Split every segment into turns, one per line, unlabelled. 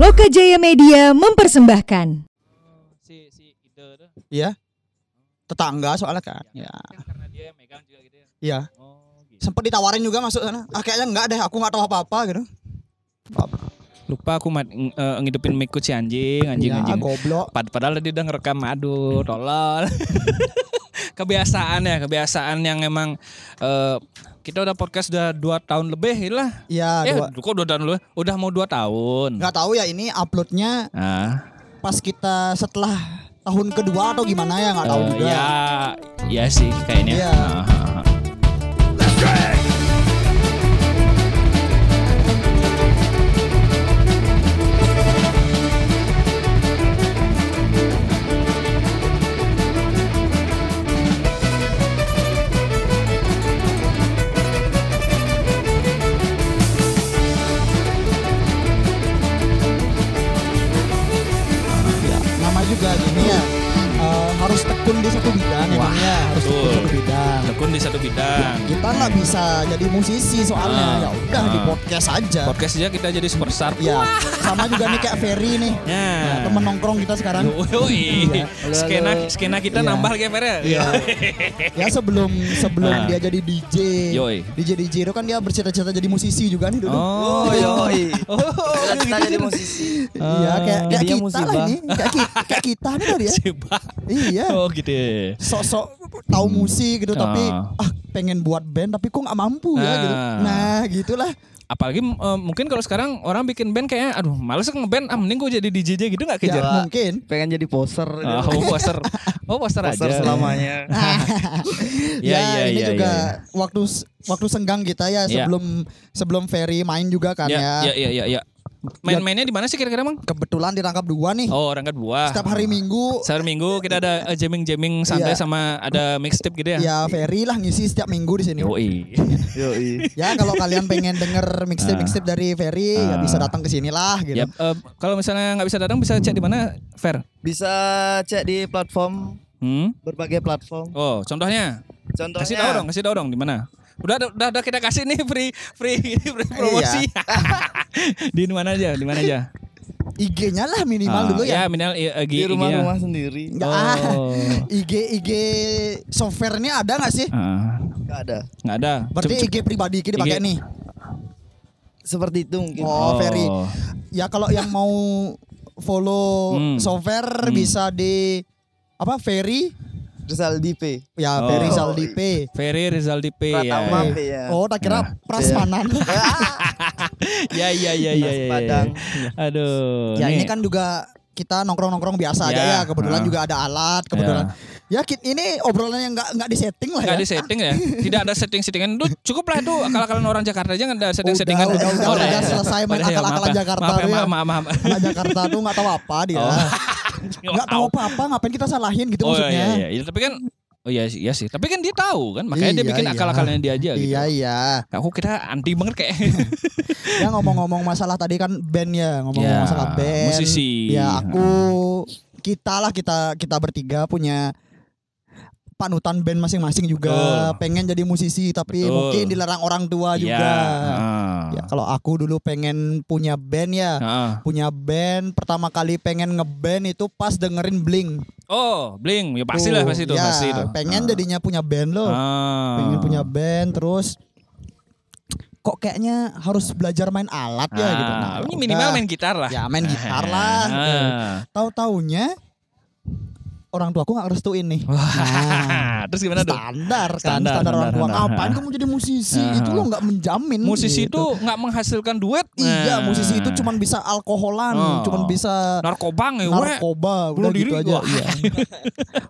Loka Jaya Media mempersembahkan.
si si ide tuh
Iya. Tetangga soalnya kan. Ya.
kan karena dia yang megang juga gitu ya
Iya.
oh gitu
Sempat ditawarin juga masuk sana. Ah, kayaknya enggak deh, aku enggak tahu apa-apa gitu.
lupa aku mat, ng- eh, ngidupin mikut si anjing anjing
Ya,
anjing
goblok.
Pad- padahal tadi udah ngerekam aduh tolol kebiasaan ya kebiasaan yang emang eh, kita udah podcast udah dua tahun lebih lah
Iya,
eh
dua.
kok dua tahun lebih udah mau dua tahun
Enggak tahu ya ini uploadnya
nah
pas kita setelah tahun kedua atau gimana ya enggak tahu
eh,
juga.
ya ya sih kayaknya
Iya.
Ah, ah, ah.
Ya, Nama juga gini ya. eh, harus tekun di satu bidang
Wah,
emangnya harus tekun di
betul.
satu bidang.
ah. tekun di satu bidang
Kita nggak bisa jadi musisi soalnya.
Ah,
ya udah di
ah.
podcast aja.
podcast aja kita jadi superstar
Ya, sama juga nih kayak Ferry nih. Nah,
Ya.
temen nongkrong kita sekarang.
Yoi.
Iya.
skena skena kita
Iya.
nambah kayak Fer ya.
Iya. ya sebelum sebelum
Ah.
dia jadi DJ.
Yoi.
DJ DJ itu kan dia bercita-cita jadi musisi juga nih dulu.
Oh,
yoi.
Oh,
gitu,
Kita jadi musisi.
Iya, kayak, kayak
Dia
kita lah
musibah.
ini. Kayak, ki- kayak kita nih tadi ya.
Sibah.
Iya.
Oh, gitu. ya.
Sok-sok tahu musik gitu tapi
Ah.
ah pengen buat band tapi kok nggak mampu ya gitu.
Ah.
Nah, gitulah.
Apalagi eh, mungkin kalau sekarang orang bikin band kayak aduh males ngeband ah mending gue jadi DJ aja gitu nggak
Ya,
kejar.
mungkin.
Pengen jadi poser. gitu.
Oh, poster. Oh, poster,
poser
aja.
selamanya.
Ah.
Iya,
ya,
iya,
ini
iya,
juga
iya,
waktu waktu senggang kita ya
Iya.
sebelum sebelum Ferry main juga kan
Ya,
ya.
ya, ya, ya, ya. Main-mainnya di mana sih kira-kira, Mang?
Kebetulan ditangkap dua nih.
Oh, Rangkat Buah.
Setiap hari Minggu
Setiap minggu kita ada eh, jamming-jamming santai
Iya.
sama ada mixtape gitu ya.
ya Ferry lah ngisi setiap minggu di sini.
Yoi.
Iya,
Yoi.
Ya kalau kalian pengen denger
Ah.
mixtape mixtape dari Ferry ya bisa datang ke sini lah
Yap,
gitu.
eh, kalau misalnya nggak bisa datang bisa cek di mana, Fer?
Bisa cek di platform
Hmm?
berbagai platform.
Oh, contohnya?
Contohnya
Kasih tahu dong, kasih tahu dong di mana? Udah, ada- udah, udah kita kasih nih free free, free
Iya.
promosi. di mana aja? Di mana aja?
IG-nya lah minimal
Ah,
dulu ya.
minimal i- eh,
di
gi- IG-nya.
rumah-rumah sendiri.
Nggak ah.
Oh.
IG IG software ini ada nggak sih?
Ah,
Enggak ada.
nggak ada.
Berarti
Cep- cep-
IG pribadi kita
IG.
pakai nih.
Seperti itu mungkin.
Oh, Ferry.
Oh.
Ya kalau yang mau follow
Hmm.
software bisa di apa Ferry?
Rizaldi P.
Ya
Oh.
Ferry Saldi P.
Ferry Rizaldi P
Pratama
ya.
P ya.
Oh, tak kira prasmanan.
Iya. Ya ya ya ya
Mas
ya.
Padang.
Aduh.
ya ini
nih.
kan juga kita nongkrong-nongkrong biasa aja
Ya,
ya. Kebetulan
ah.
juga ada alat, kebetulan. Ya, kit- ini obrolan yang nggak nggak disetting lah
Gak
ya.
ada setting ya, tidak ada setting settingan. Itu cukup lah itu akal-akalan orang Jakarta aja nggak ada setting settingan.
udah, udah, udah, udah selesai main akal-akalan Jakarta
Maaf, ya,
tuh ya.
maaf, maaf, maaf.
Anak Jakarta tuh nggak tahu apa dia.
Oh.
Nggak tahu apa-apa, ngapain kita salahin gitu
Oh
maksudnya.
iya, iya, iya. Tapi kan, oh iya, sih- iya sih. Tapi kan dia tahu kan, makanya dia
Iya,
bikin
iya.
akal-akalannya dia aja gitu.
Iya iya.
Aku kira anti banget kayak. Iya.
Ya ngomong-ngomong masalah tadi kan band ya,
Ya,
ngomong-ngomong masalah band.
musisi.
Ya aku kita lah kita kita bertiga punya panutan band masing-masing juga.
Betul.
Pengen jadi musisi tapi
Betul.
mungkin dilarang orang tua
Iya.
juga.
Ah.
Ya kalau aku dulu pengen punya band ya.
Ah.
Punya band pertama kali pengen ngeband itu pas dengerin Blink.
Oh, bling, ya pasti lah
Tuh,
pasti itu,
ya,
pasti Ah. itu.
Pengen jadinya punya band loh.
Ah.
pengen punya band terus kok kayaknya harus belajar main alat ya
Ah,
gitu. Nah,
ini
udah.
minimal main gitar lah.
ya main gitar lah. gitu.
Ah.
Tahu-taunya orang tua aku nggak restuin nih. Nah,
Terus gimana tuh?
standar kan
Standar,
standar, orang
standar,
tua.
standar.
Ngapain kamu jadi musisi?
Ah.
Itu lo nggak menjamin.
Musisi itu
gitu.
nggak menghasilkan duet.
Iya,
Nah.
musisi itu cuman bisa alkoholan,
Oh.
cuman bisa
narkoba ya, ngewe.
narkoba
bunuh
udah
diri
gitu aja
gua. Ah.
iya.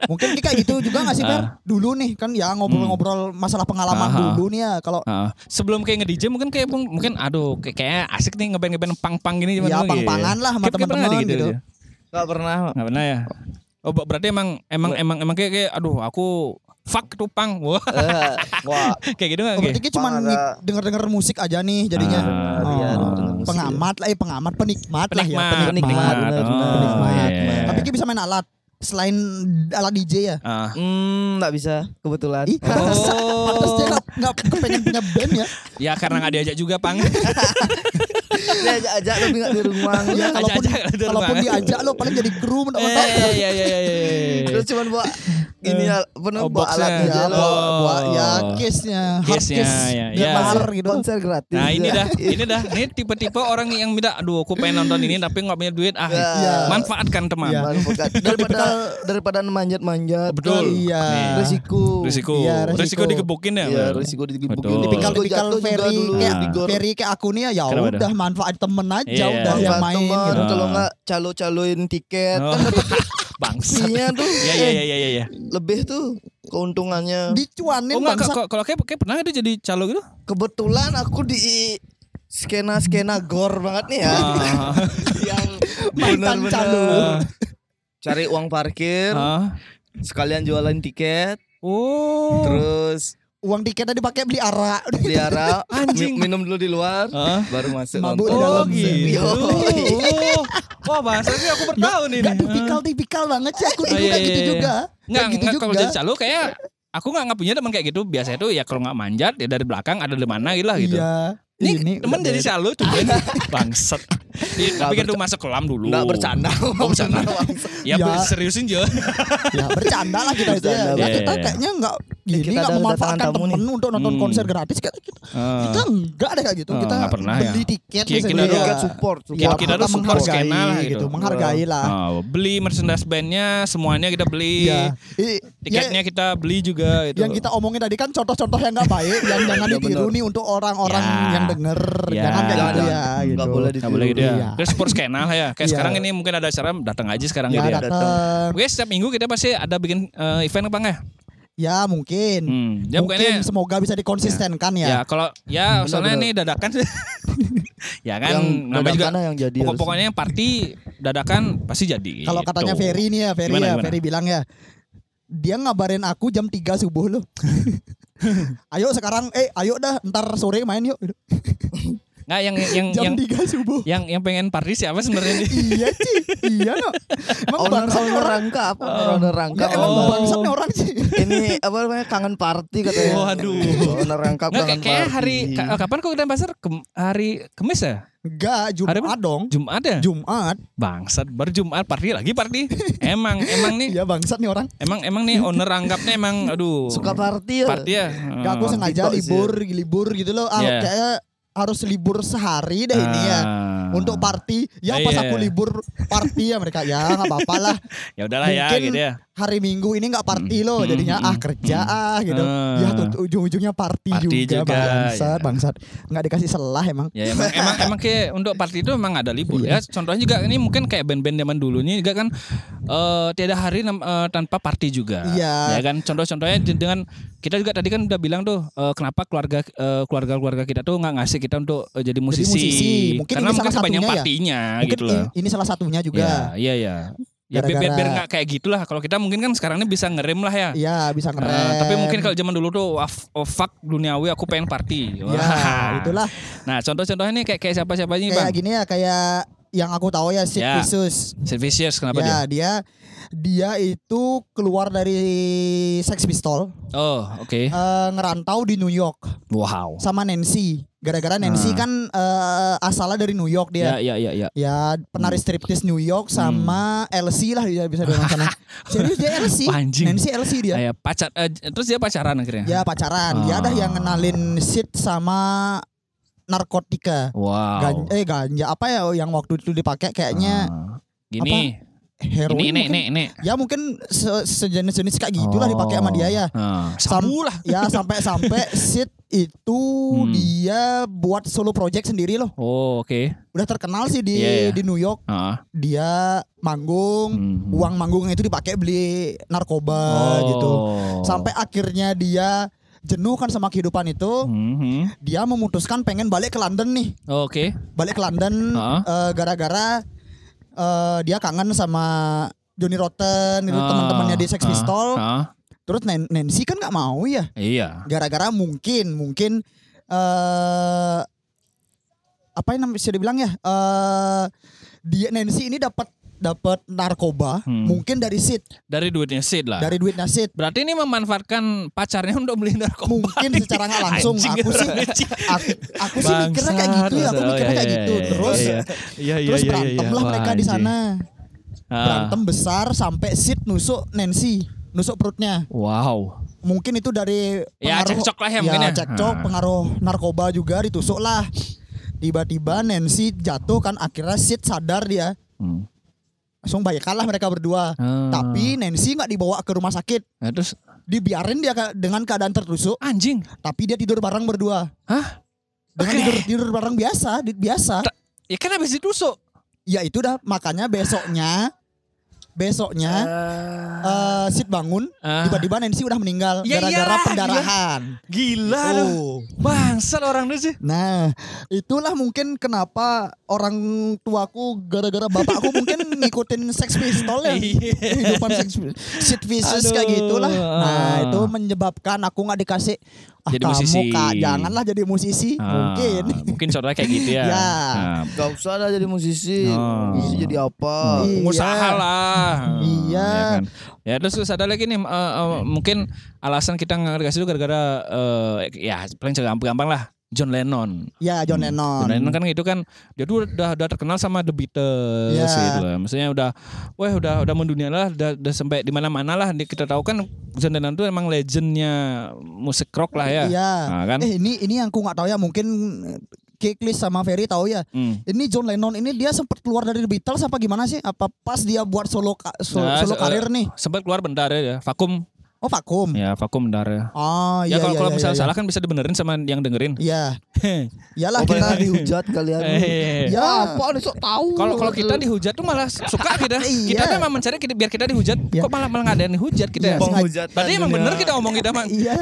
mungkin dia kayak gitu juga gak sih Fer dulu nih kan ya ngobrol-ngobrol masalah pengalaman
Hmm. Aha.
dulu nih ya kalau
Ah, sebelum kayak nge-DJ mungkin kayak mung- mungkin aduh kayak kayaknya asik nih ngeband-ngeband pang-pang gini cuman
Ya,
dulu gitu.
pang-pangan lah sama
Kayak- kayak pernah
teman-teman
ada
gitu.
aja?
Enggak pernah.
Nggak pernah ya. Oh ber- berarti emang emang emang emang kayak, kayak aduh aku fuck tuh pang. Wah,
Eh, Wah,
kayak gitu enggak
Oh, berarti
kayak?
dia cuma
Pang ada-
ngik- denger-denger musik aja nih jadinya
Ah,
Oh,
iya, denger-denger musik.
pengamat lah eh pengamat penikmat, lah ya
Penikmat.
penikmat
penikmat, benar,
Oh,
benar.
iya, iya, iya.
tapi dia bisa main alat selain alat DJ ya
Ah.
Hmm, enggak bisa kebetulan.
Ih, pantes,
Oh.
pantes dia gak, kepengen punya band ya
ya karena nggak diajak juga pang.
Dia ajak-ajak tapi nggak di rumah.
Iya,
Ajak-ajak kalau
kalaupun
di rumah.
kalaupun diajak lo paling jadi kru
Iya
mentah-mentah.
iya iya iya. iya.
Terus cuman bawa gini al- apa
Oh, iya.
namanya bawa
boxnya.
alat
Ya,
aja
bawa,
loh.
bawa, ya case-nya, hard
Oh. Case-nya,
case,
ya,
biar
ya.
mahal gitu.
Konser gratis.
Nah ini
ya.
dah, ini dah, ini tipe-tipe orang yang minta, aduh aku pengen nonton ini tapi nggak punya duit, ah
Iya.
manfaatkan teman.
Iya.
Manfaat. daripada daripada manjat-manjat
Oh, Betul.
Iya.
Nih.
resiko
Risiko,
Iya,
risiko,
risiko.
digebukin ya.
Iya,
Bang?
risiko digebukin.
Betul.
Tipikal-
Tipikal-tipikal
Gua jatuh juga
Ferry
dulu,
kayak
digor.
Ferry kayak aku nih ya
Kenapa
udah manfaat temen aja
Iya.
udah yang
Manfaat
main
teman,
gitu.
kalau
Ah.
nggak calo-caloin tiket
Oh.
kan dapat
Bangsat.
fee-nya tuh
Iya iya iya iya iya. Ya.
lebih tuh keuntungannya.
Dicuanin
Oh enggak
bangsat.
kok kalau kayak, kayak pernah nggak dia jadi calo gitu?
Kebetulan aku di skena-skena gor banget nih ya.
Ah,
yang
Mantan
benar-benar
calo.
Cari uang parkir,
ah.
sekalian jualan tiket,
Oh.
terus
Uang tiketnya dipakai beli arak.
pelihara
Anjing.
mi- minum dulu di luar,
Ah.
baru masuk
Mabuk di
Oh
dalam.
gitu.
Yo.
Oh. Wah bahasanya aku bertahu nih.
Gak tipikal-tipikal banget sih aku
Oh,
dulu
iya,
kayak
iya,
gitu
iya.
juga.
Nggak,
Kayak kan gitu
nggak, kalau
juga.
jadi calo kayak aku nggak nggak punya teman kayak gitu biasanya tuh ya kalau nggak manjat ya dari belakang ada di mana gitu lah gitu
Iya.
ini, teman
udah
jadi
beda.
calo tuh bangset Iya,
Nggak
tapi kan tuh masuk kelam dulu
Enggak bercanda.
Oh, bercanda.
Iya.
ya,
Ya.
seriusin Jo
ya bercanda lah kita itu ya.
Bercanda,
Ya, kita
iya.
kayaknya nggak
Kita
ini nggak
ada
memanfaatkan
kedatangan tamu
temen untuk nonton
Hmm.
konser gratis kita, kita,
Ah.
kita nggak ada kayak gitu
Eh,
kita
nggak pernah ya.
beli tiket
Kita-
misalnya.
kita
Iya.
tiket
support, Iya,
Kita- kita
kita
tuh support
menghargai
skena lah gitu.
gitu menghargai lah
Oh, beli merchandise bandnya semuanya kita beli
Iya. I-
tiketnya
ya,
kita beli juga gitu
yang kita omongin tadi kan contoh-contoh yang nggak baik yang jangan
Iya,
ditiru
benar.
nih untuk orang-orang
Ya.
yang denger
Ya.
jangan kayak gitu
Jangan.
ya gitu
Enggak boleh
nggak boleh gitu
ditiru.
ya
Iya.
kita support skena lah ya kayak
Iya.
sekarang ini mungkin ada acara datang aja sekarang
ya
gitu ya
datang
Oke, setiap minggu kita pasti ada bikin eh, event apa enggak?
ya mungkin
Hmm. Ya
mungkin
pokoknya
semoga bisa dikonsistenkan
ya
ya,
kalau ya
Benar,
soalnya
benar.
nih dadakan ya kan
Yang
namanya juga
dadakan lah yang jadi
pokok-
harus.
pokoknya yang party dadakan pasti jadi
kalau katanya
gitu.
Ferry nih ya Ferry
Gimana,
ya
gimana?
Ferry bilang ya dia ngabarin aku jam 3 subuh loh ayo sekarang eh ayo dah ntar sore main yuk
nggak yang yang
jam
yang
3 subuh
yang yang pengen party siapa sebenarnya nih?
iya sih iya no
kan
emang
Owner
bangsat
owner
orang
rangka apa? Owner rangka.
Enggak, Ya, emang
Oh.
bangsat nih orang sih
Ini apa namanya kangen party katanya.
Waduh.
Owner rangka
Nggak
kangen
kayak- kayaknya hari
party.
ka- eh, kapan kok kita pasar Kem- hari Kamis ya
enggak
Hari
Jumat
apa?
dong
Jumat ya
Jumat
bangsat baru Jumat party lagi party emang emang nih
iya bangsat nih orang
emang emang nih owner anggapnya emang aduh
suka party ya.
party ya
Enggak aku
Oh.
sengaja
gitu sih.
libur libur gitu loh ah,
Iya.
kayaknya harus libur sehari deh ini ya
Ah.
untuk party ya pas
Iya.
aku libur party ya mereka ya nggak apa-apa lah
ya udahlah ya
Mungkin
gitu ya
hari minggu ini nggak party loh
Hmm,
jadinya
hmm,
ah kerja
hmm.
ah gitu
Ah.
ya tuh ujung-ujungnya party,
Party
juga,
juga,
bangsat
iya.
bangsat nggak dikasih selah emang
Ya emang emang, emang kayak untuk party itu emang ada libur
Iya.
ya. Contohnya juga ini mungkin kayak band-band zaman dulunya juga kan eh tiada hari nam- eh, tanpa party juga.
Iya.
Ya kan contoh-contohnya de- dengan kita juga tadi kan udah bilang tuh eh, kenapa keluarga eh, keluarga-keluarga kita tuh nggak ngasih kita untuk eh, jadi musisi.
musisi. Mungkin
Karena
ini
mungkin
salah
banyak
satunya ya.
partinya
mungkin
gitu loh.
i- ini salah satunya juga
Ya, iya ya. Ya biar
Gara-gara-
biar biar nggak kayak gitulah. Kalau kita mungkin kan sekarang ini bisa ngerem lah ya.
Iya
Eh,
bisa keren
tapi mungkin kalau zaman dulu tuh wah, f- oh, fuck duniawi aku pengen party.
ya
Wah.
itulah
Nah, contoh-contohnya nih kayak kayak siapa-siapa ini, Bang.
kayak gini ya kayak yang aku tahu ya Sid
Ya.
Vicious.
Servicius kenapa dia?
ya dia? dia itu keluar dari Sex Pistol
Oh, oke.
eh, ngerantau di New York
Wow.
sama Nancy gara-gara Nancy
Ah.
kan eh, asalnya dari New York dia
Ya, ya, ya, ya.
ya penari striptease New York sama LC lah dia bisa bilang sana serius dia LC
Hmm. Anjing.
Nancy iya. LC dia
Kayak pacar eh, terus dia pacaran akhirnya.
ya pacaran dia ada
Ah.
yang ngenalin Sid sama narkotika
Wow.
Gan- eh ganja apa ya yang waktu itu dipakai kayaknya
Ah. Gini. Ah. Ini
heroin
ini
mungkin.
ini ini.
ya mungkin se- sejenis-jenis kayak gitulah
Oh.
dipakai sama dia ya
Ah.
Sam-
Sabu lah.
ya sampai-sampai Sid itu
Hmm.
dia buat solo project sendiri loh
Oh, oke.
udah terkenal sih di
Iya, iya.
di New York
Ah.
dia manggung
Hmm.
uang manggungnya itu dipakai beli narkoba
Oh.
gitu sampai akhirnya dia jenuh kan sama kehidupan itu
Mhm.
dia memutuskan pengen balik ke London nih
Oh, oke.
balik ke London
Heeh.
eh, gara-gara eh, dia kangen sama Johnny Rotten itu
Ah,
teman-temannya di Sex
ah,
Pistol
ah.
terus Nan- Nancy kan nggak mau ya
Iya.
gara-gara mungkin mungkin eh apa yang namanya- bisa dibilang ya eh dia Nancy ini dapat dapat narkoba
Hmm. Ah.
mungkin dari Sid,
dari duitnya Sid lah.
dari duitnya Sid.
Berarti ini memanfaatkan pacarnya untuk beli narkoba.
Mungkin
nih.
secara nggak langsung
Anjing,
aku sih
anjing.
aku, aku sih mikirnya kayak gitu ya, aku
Bangsat.
mikirnya kayak
Oh, iya,
gitu.
iya, iya,
Terus
iya, iya. Iya,
terus
iya, iya,
berantem
iya.
lah
Wah,
mereka di
anjing.
sana.
Ah.
Berantem besar sampai Sid nusuk Nancy, nusuk perutnya.
Wow.
Mungkin itu dari
Ya, cekcok lah ya mungkin ya. Ah.
cekcok, pengaruh narkoba juga ditusuk lah. Tiba-tiba Nancy jatuh kan akhirnya Sid sadar dia.
Hmm.
Langsung baik kalah mereka berdua.
Ah.
Tapi Nancy nggak dibawa ke rumah sakit.
Nah, terus
Dibiarin dia ke- dengan keadaan tertusuk,
anjing.
tapi dia tidur bareng berdua.
Hah? Oke.
Dengan tidur tidur bareng biasa, di- biasa.
Ya kan habis ditusuk.
Ya itu dah makanya besoknya besoknya eh, Sid bangun
Ah.
tiba-tiba Nancy udah meninggal
Ya
gara-gara
iyalah,
pendarahan.
Gila
Oh.
loh. Bangsat orang itu sih.
Nah, itulah mungkin kenapa orang tuaku gara-gara bapakku mungkin ngikutin Sex Pistol ya.
Iya.
Kehidupan Sex Sid Vicious kayak
Aduh,
gitulah. Nah,
ah.
itu menyebabkan aku nggak dikasih ah,
Jadi
kamu
musisi."
Kak, janganlah jadi musisi.
Ah,
mungkin.
Mungkin contohnya kayak gitu ya.
Ya.
Nah,
Gak usah lah jadi musisi.
Oh.
Musisi jadi apa?
Iya.
pengusaha lah.
Iya.
Ya, kan? Ya, terus terus ada lagi nih eh, eh, mungkin alasan kita nggak dikasih itu gara-gara eh, ya paling gampang-gampang lah John Lennon.
Ya, John
Hmm.
Lennon.
John Lennon kan itu kan dia tuh udah udah terkenal sama The Beatles
Ya.
gitu lah. Maksudnya udah wah udah udah mendunia lah, udah, udah sampai di mana-mana lah. Di- Kita tahu kan John Lennon tuh emang legendnya musik rock lah ya.
Iya.
Nah, kan?
Eh, ini ini yang aku nggak tahu ya, mungkin Kiklis sama Ferry tahu ya.
Hmm.
Ini John Lennon ini dia sempat keluar dari The Beatles apa gimana sih? Apa pas dia buat solo ka- so-
Nah,
solo
se-
karir nih?
Sempat keluar bentar ya, vakum.
Oh, vakum.
Ya, vakum bentar ya.
Oh,
Ya
iya
kalau
iya,
kalau
iya,
misalnya
iya.
salah kan bisa dibenerin sama yang dengerin.
Iya. Iyalah
Oh,
kita
kita dihujat kalian.
Eh.
Ya,
apa nih sok tahu.
Kalau kalau kita dihujat tuh malah suka kita.
Iya.
Kita memang mencari kita- biar kita dihujat.
Iya.
Kok malah malah nggak ada yang dihujat kita.
Iya,
ya?
penghujatan
Tadi emang
dunia.
bener kita ngomong kita mang.
Iya.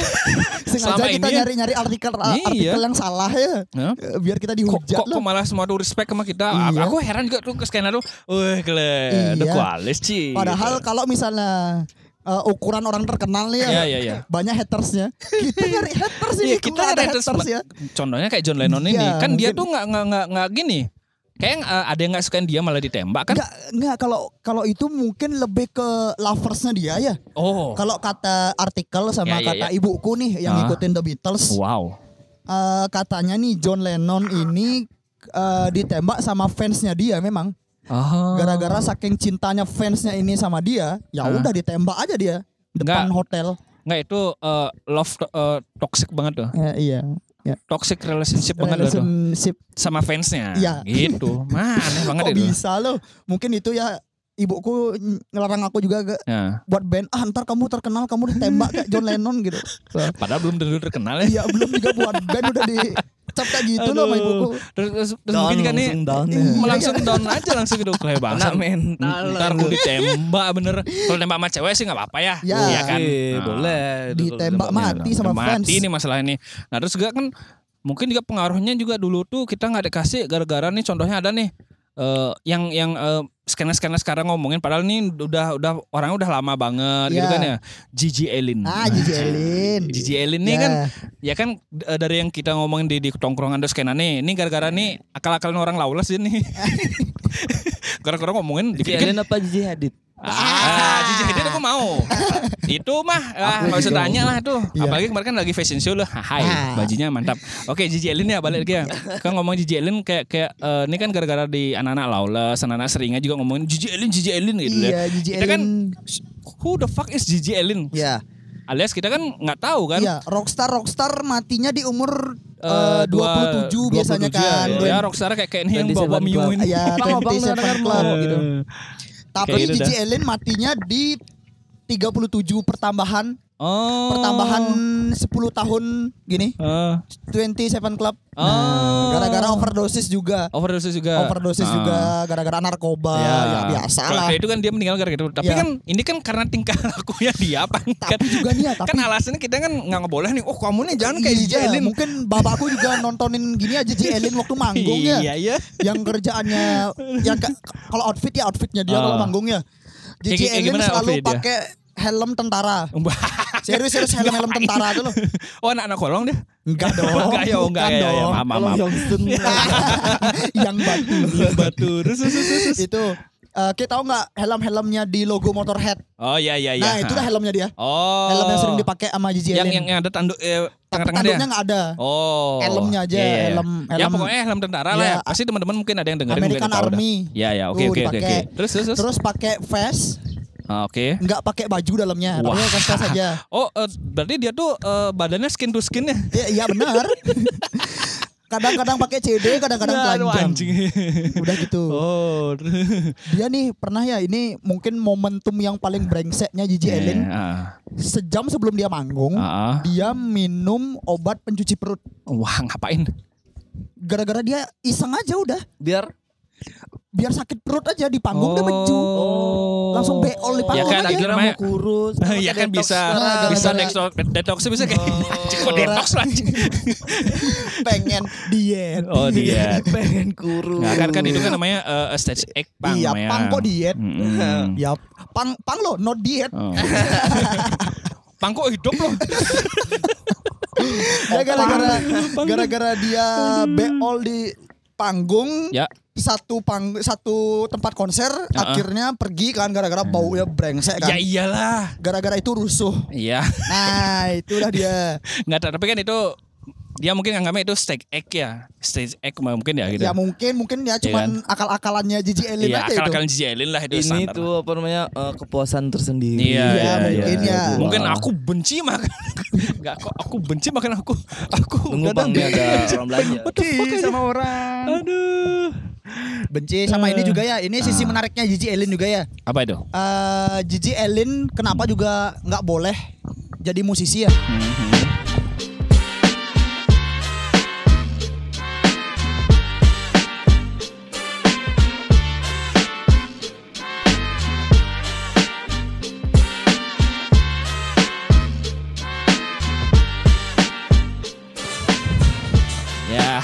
Sengaja
Selama
kita
ini ya.
nyari-nyari artikel uh,
Iya.
artikel yang salah ya.
Hah?
Eh, Biar kita
Kok,
dihujat
kok,
loh.
kok malah semua tuh respect sama kita.
Iya.
Aku heran juga tuh ke skena tuh. Wih, keren. The
Iya.
kualis Ci.
Padahal kalau misalnya eh, ukuran orang terkenal nih ya.
Iya, iya, iya.
Banyak hatersnya. Kita nyari haters ini.
Iya, kita
nggak
ada haters
ya.
Contohnya kayak John Lennon ini.
Iya,
Kan dia
mungkin.
tuh nggak nggak nggak nggak gini. Kayak eh, ada yang nggak sukain dia malah ditembak kan?
Enggak, enggak kalau kalau itu mungkin lebih ke loversnya dia ya.
Oh.
Kalau kata artikel
Ya,
sama
ya,
kata
ya.
ibuku nih
Ah.
yang ngikutin The Beatles,
Wow.
eh, katanya nih John Lennon ini eh, ditembak sama fansnya dia memang.
Ah.
Gara-gara saking cintanya fansnya ini sama dia, ya
Ah.
udah ditembak aja dia depan
Enggak.
hotel.
Nggak itu eh, love eh, toxic banget tuh.
Ya, iya.
Toxic relationship banget loh tuh.
Relationship
sama fansnya
Iya.
gitu mah aneh banget
kok
itu
bisa loh? Mungkin itu ya ibuku ngelarang aku juga ge-
ya.
buat band ah ntar kamu terkenal kamu ditembak kayak John Lennon gitu. Wah.
padahal belum tentu terkenal ya
Iya belum juga buat band udah di cap kayak gitu loh sama
Aduh.
ibuku.
terus, terus, terus
Down,
mungkin kan nih
langsung down ya.
Iya, langsung down aja langsung gitu kayak
Kena
bangsa
mental.
ntar aku ditembak bener kalau tembak sama cewek sih nggak apa-apa ya
Ya.
Iya kan
Eh,
Nah,
boleh.
Ditembak mati sama
udah
fans.
iya mati nih masalah ini nah terus juga kan mungkin juga pengaruhnya juga dulu tuh kita nggak dikasih gara-gara nih contohnya ada nih eh, yang yang eh, skena-skena sekarang ngomongin padahal nih udah udah orangnya udah lama banget gitu
Iya.
kan ya Gigi Elin
Ah Gigi Elin.
Gigi Elin nih
Ya.
kan ya kan d- eh, dari yang kita ngomongin di, di tongkrongan dos skena nih ini gara-gara nih akal-akalan orang laulas dia nih gara-gara ngomongin dibikin
apa Gigi Hadid?
ah Gigi Elin aku mau itu mah ah, nggak usah tanya lah tuh
Iya.
apalagi kemarin kan lagi fashion show lah hai
Ah.
bajunya mantap oke Gigi Elin ya balik lagi ya kan ngomong Gigi Elin kayak kayak eh, ini kan gara-gara di anak-anak laulas anak-anak seringnya juga ngomongin Gigi Elin Gigi Elin gitu
Iya
ya
Gigi
kita kan
Elin.
who the fuck is Gigi Elin
Iya.
alias kita kan nggak tahu kan
Iya, rockstar rockstar matinya di umur
Eh,
eh,
dua-
27 biasanya
27
kan.
ya,
Dua-
Ya, Rockstar kayak kayak ini yang
Twenty seven
bawa
club.
miuin.
Iya,
Bang, bang,
27
dengar
Club
lo.
gitu. Tapi
Kayak gitu
Gigi Elin matinya di 37 pertambahan
Oh.
pertambahan 10 tahun gini
Eh,
27 Club.
Ah.
Nah, gara-gara overdosis juga.
overdosis juga. Oh,
Overdosis
Ah. Iya.
juga gara-gara narkoba ya biasa
Kalau
lah.
kayak itu kan dia meninggal gara-gara itu. Tapi
Iya.
kan ini kan karena tingkah lakunya dia apa kan.
Tapi juga nih ya, tapi
Kan alasannya kita kan nggak boleh nih. Oh kamu nih jangan kayak
Iya,
Gigi Elin.
Mungkin bapakku juga nontonin gini aja Gigi Elin waktu manggung ya.
Iya iya.
yang kerjaannya yang ka- kalau outfit ya outfitnya dia kalau
Ah.
manggungnya.
Kayak-
Gigi
kayak
Elin
gimana
selalu
outfit dia?
pakai helm tentara. Serius serius helm helm Iya. tentara tuh loh.
oh anak-anak kolong deh.
Enggak dong.
Enggak ya, oh, enggak
Bukan
ya, ya,
dong.
maaf, maaf, maaf.
yang batu.
Batu. Terus terus terus. terus.
itu eh, kita tahu nggak helm-helmnya di logo Motorhead?
Oh iya iya iya.
Nah, itu dah helmnya dia.
Oh.
Helm yang sering dipakai sama Gigi
yang,
Allen.
yang yang ada tanduk eh,
Tapi
tengah-tengah dia.
tanduknya nggak ada.
Oh.
Helmnya aja,
Iya, iya, iya.
helm
Ya
helm
pokoknya helm tentara lah ya.
Iya.
Pasti teman-teman mungkin ada yang dengerin
American
juga udah tahu dah.
Army.
Ya ya, oke
Tuh,
oke oke
dipakai.
oke. Terus terus terus.
Terus pakai vest,
Ah, oke.
nggak pakai baju dalamnya,
Wah.
Nah, tapi vest aja.
Oh, eh, berarti dia tuh eh, badannya skin to skin ya?
Iya, iya benar. kadang-kadang pakai CD, kadang-kadang
Nah, aduh, anjing.
telanjang. Udah gitu.
Oh.
Dia nih pernah ya ini mungkin momentum yang paling brengseknya
Iya,
Gigi Allen sejam sebelum dia manggung,
Heeh.
dia minum obat pencuci perut.
Ah, Wah, ngapain?
Gara-gara dia iseng aja udah,
Biar
biar sakit perut aja di panggung dia beju. Langsung beol di
Oh. Ya
panggung
kan,
aja.
akhirnya
kira
namanya-
mau kurus. takut
Iya kan
detox
bisa
sekarang.
bisa
Nah, gara-gara- Oh.
detox detox bisa kayak anjing kok detox lah anjing.
pengen diet.
Oh dia.
pengen kurus.
Nggak kan kan itu kan namanya eh, stage egg pang
iya,
namanya.
pang kok diet.
Mm-mm.
Ya, pang pang lo not diet.
Oh. Pang kok hidup loh.
Ya gara-gara gara-gara dia beol di panggung.
Ya.
Satu pang satu tempat konser akhirnya pergi kan gara-gara baunya brengsek
Hmm. Ya
kan.
iyalah.
Gara-gara itu rusuh.
Iya.
Nah, itulah dia.
Nggak tahu, tapi kan itu dia mungkin nganggapnya itu stage egg ya. Stage egg mungkin ya gitu.
Ya mungkin mungkin ya cuman akal-akalannya Gigi
kan?
Elin
Iya,
aja itu.
akal-akalan Gigi Allen lah itu
Ini
standar.
tuh apa namanya eh, kepuasan tersendiri.
Iya,
Iya, mungkin ya.
Mungkin aku benci makan. Enggak kok aku benci makan aku. Aku
Tunggu bang, ini ada orang belanja.
Benci sama orang.
Aduh.
Benci sama
Hmm.
ini juga ya. Ini
Ah.
sisi menariknya Gigi Elin juga ya.
Apa itu?
Eh Gigi Elin kenapa juga nggak boleh jadi musisi ya?
Ya.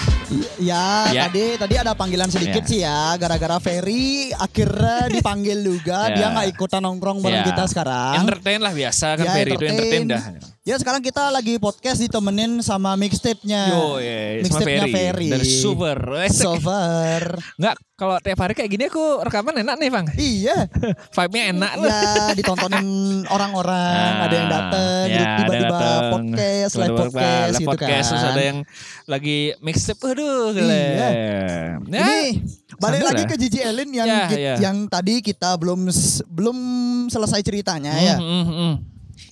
Ya,
Ya.
tadi tadi ada panggilan sedikit
Ya.
sih ya gara-gara Ferry akhirnya dipanggil juga
Ya.
dia nggak ikutan nongkrong bareng
Ya.
kita sekarang.
Entertain lah biasa kan Ferry itu entertain dah.
Ya sekarang kita lagi podcast ditemenin sama mixtape-nya.
Yo, ya, sama
Mixtape-nya
Ferry.
Ferry.
Dari Super.
Sover.
Enggak, kalau tiap hari kayak gini aku rekaman enak nih, Bang.
iya.
Vibe-nya enak lah.
Ya ditontonin orang-orang,
Ah,
ada yang dateng,
ya,
gitu,
ada
tiba-tiba
dateng.
podcast, live
Tiba-tiba
podcast
live
gitu
podcast,
kan.
Terus ada yang lagi mixtape, aduh, gila.
Iya.
Ya,
Ini Nah, balik
Sandra.
lagi ke Gigi Elin yang
Ya,
ki-
ya.
yang tadi kita belum s- belum selesai ceritanya ya.
Mm, mm, mm.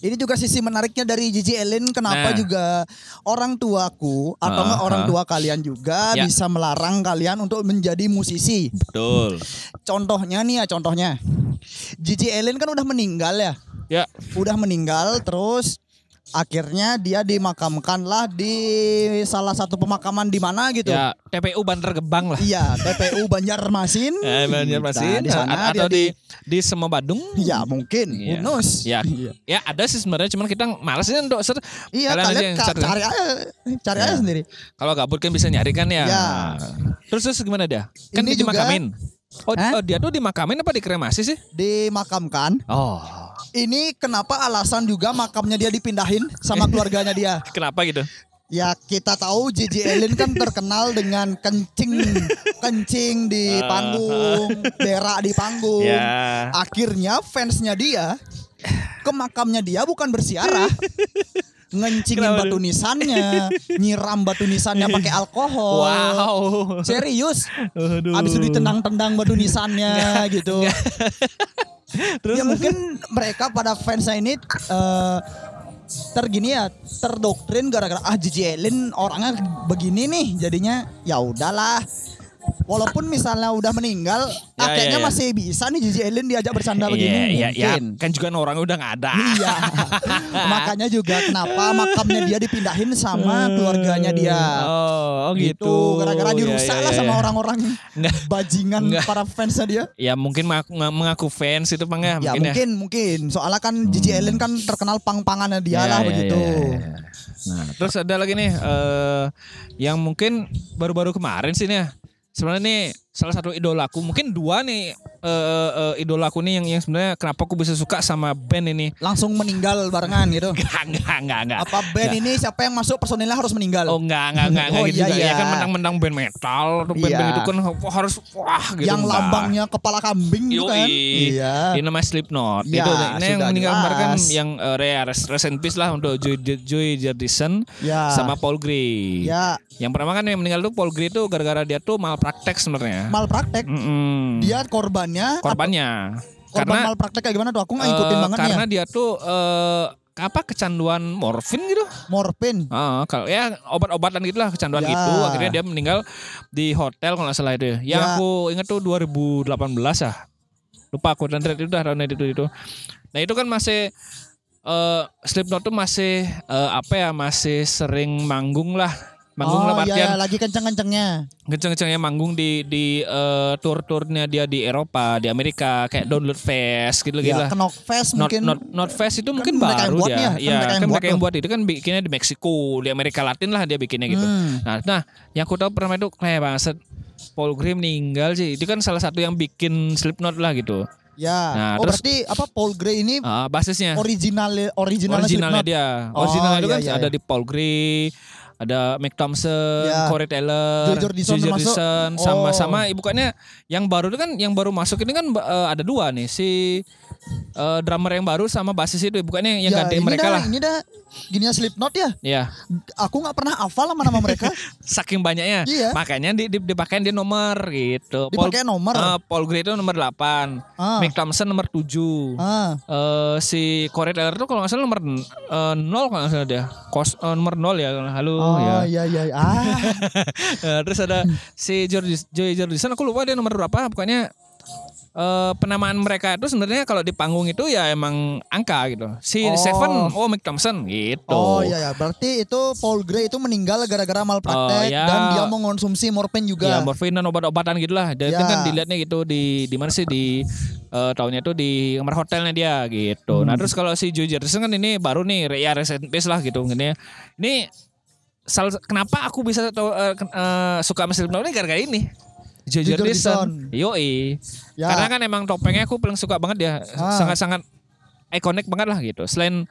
Ini juga sisi menariknya dari Gigi Elin
Nah.
kenapa juga orang tuaku atau
Ah,
enggak orang
ah.
tua kalian juga
Ya.
bisa melarang kalian untuk menjadi musisi.
Betul.
Contohnya nih ya contohnya. Gigi Elin kan udah meninggal ya.
Ya,
Udah meninggal terus akhirnya dia dimakamkan lah di salah satu pemakaman di mana gitu.
ya TPU Bandar Gebang lah.
Iya, TPU Banjarmasin.
Eh,
Nah,
Banjarmasin
di sana
a-
dia
atau di di Sema Badung.
Ya mungkin,
Iya.
who knows?
Ya, ya ada sih sebenarnya cuman kita malasnya untuk ser.
Iya
Kalian
kalian,
aja Iya. yang
ka-
cari.
cari aja, cari aja sendiri.
Kalau gabut kan bisa nyari kan ya.
Ya.
Terus terus gimana dia? Kan
Ini
dia
juga-
dimakamin. Oh,
Hah?
oh, dia tuh dimakamin apa dikremasi sih?
Dimakamkan.
Oh,
Ini kenapa alasan juga makamnya dia dipindahin sama keluarganya dia?
kenapa gitu?
Ya kita tahu JJ Elin kan terkenal dengan kencing, kencing di
Ah.
panggung, berak di panggung.
Ya.
Akhirnya fansnya dia ke makamnya dia bukan bersiarah. Ngencingin
Kenapa tuh?
batu nisannya, nyiram batu nisannya pakai alkohol.
Wow.
Serius.
Aduh.
Abis itu ditendang-tendang batu nisannya gitu.
Terus
Ya mungkin mereka pada fansnya ini eh tergini ya terdoktrin gara-gara ah Gigi Elin orangnya begini nih jadinya ya udahlah walaupun misalnya udah meninggal
Ya,
akhirnya
ya, ya.
masih bisa nih Gigi Elin diajak bercanda
Iya,
begini
iya, iya.
mungkin.
Kan juga orang udah nggak ada.
Iya. Makanya juga kenapa makamnya dia dipindahin sama keluarganya dia.
Hmm. Oh, oh gitu.
Gara-gara
Iya,
dirusak
iya,
lah
iya.
sama orang-orang
Nggak.
bajingan
Nggak.
para fansnya dia.
Ya mungkin mengaku, mengaku fans itu pang ya, Hmm.
Ya mungkin mungkin. Soalnya kan Gigi Allen kan terkenal pang-pangannya dia
Iya,
lah
iya,
begitu.
iya, iya, iya. Nah, terus ada lagi nih eh yang ya. mungkin baru-baru kemarin sih nih. Sebenarnya nih salah satu idolaku, mungkin dua nih eh, eh, idola aku nih yang yang sebenarnya kenapa aku bisa suka sama band ini?
Langsung meninggal barengan gitu.
Enggak, enggak, enggak, enggak.
Apa band ini siapa yang masuk personilnya harus meninggal?
Oh enggak, enggak, enggak, enggak
Oh,
gitu
iya,
juga. Ya
iya.
kan menang-menang band metal atau
Iya.
band-band itu kan harus wah gitu.
yang
enggak.
lambangnya kepala kambing gitu kan?
Yoi. Ini namanya Slipknot.
Ya,
itu ini yang
sudah
meninggal kemarin kan
jelas.
yang eh, Rare Rest in Peace lah untuk Joy, Joy, Joy Jardison
Ya.
sama Paul Gray.
Ya,
Yang pertama kan yang meninggal tuh Paul Gray tuh gara-gara dia tuh malpraktek sebenarnya.
malpraktek.
Hmm. Mm-mm.
Dia korbannya
korbannya.
korban
karena
malpraktek kayak gimana tuh? Aku nggak ngikutin
eh,
banget nih.
karena
ya.
dia tuh eh, apa kecanduan morfin gitu.
Morfin.
Ah, kalau ya obat-obatan gitulah kecanduan
Ya.
itu akhirnya dia meninggal di hotel kalau nggak salah itu. Yang
Ya.
aku ingat tuh 2018 ah. Lupa aku dan itu udah tahun itu itu. Nah, itu kan masih eh Slipknot tuh masih eh, apa ya masih sering manggung lah. Manggung lah
oh, iya,
artian
iya, lagi kenceng-kencengnya.
kenceng-kencengnya manggung di di eh, tour-tournya dia di Eropa, di Amerika kayak Download Fest gitu gitu lah.
Hmm. Ya, Knock Fest
Not,
mungkin.
not, not Fest itu mungkin
mereka yang
baru
buat nih ya,
dia.
kan
Iya,
mereka yang
kan
buat
mereka yang
tuh.
buat itu kan bikinnya di Meksiko, di Amerika Latin lah dia bikinnya gitu.
Hmm.
Nah, nah yang aku tahu pertama itu kayak banget Paul Gray meninggal sih. Itu kan salah satu yang bikin Slipknot lah gitu.
Ya.
Nah,
oh,
terus-
berarti apa Paul Gray ini
Ah, basisnya.
original originalnya
originalnya
Slipknot.
dia.
Oh,
Originalnya itu
iya,
kan
iya,
ada di Paul Gray, ada Mick Thompson,
Iya.
Corey Taylor,
Joe Jordison
Joe
termasuk.
Jordison,
Oh.
sama-sama ibu bukannya yang baru itu kan yang baru masuk ini kan eh, ada dua nih si eh, drummer yang baru sama basis itu bukannya yang
Ya,
ganti
ini
mereka
dah,
lah.
Ini dah gininya Slipknot ya.
Iya.
Aku nggak pernah hafal sama nama mereka.
saking banyaknya.
Iya.
Makanya di, di, dipakein dia nomor gitu.
Dipakai nomor.
Eh, Paul Gray itu nomor 8.
Ah.
Mick Thompson nomor 7.
Ah,
Eh, si Corey Taylor tuh kalau nggak salah nomor 0 kalau nggak salah dia. Kos, eh, nomor 0 ya. Halo
oh
ya.
iya iya. iya. Ah,
Eh, terus ada si George Joy Jordison aku lupa dia nomor berapa pokoknya eh, penamaan mereka itu sebenarnya kalau di panggung itu ya emang angka gitu. Si
Oh.
Seven, oh Mick Thompson gitu.
oh iya ya. Berarti itu Paul Gray itu meninggal gara-gara malpraktek
Oh, ya.
dan dia mengonsumsi morfin
Ya
juga.
morfin dan obat-obatan gitulah. Jadi
Ya.
kan dilihatnya gitu di di mana sih di eh, tahunnya tuh di kamar hotelnya dia gitu.
Hmm.
Nah terus kalau si Joe Jefferson kan ini baru nih ya recent base lah gitu gini. Ini sal- kenapa aku bisa tahu, eh, ken- eh, suka sama Slipknot ini gara-gara ini. Joe
Joe
Jefferson.
Jordison.
Yoi.
Ya.
Karena kan emang topengnya aku paling suka banget ya.
Ah.
Sangat-sangat ikonik banget lah gitu. Selain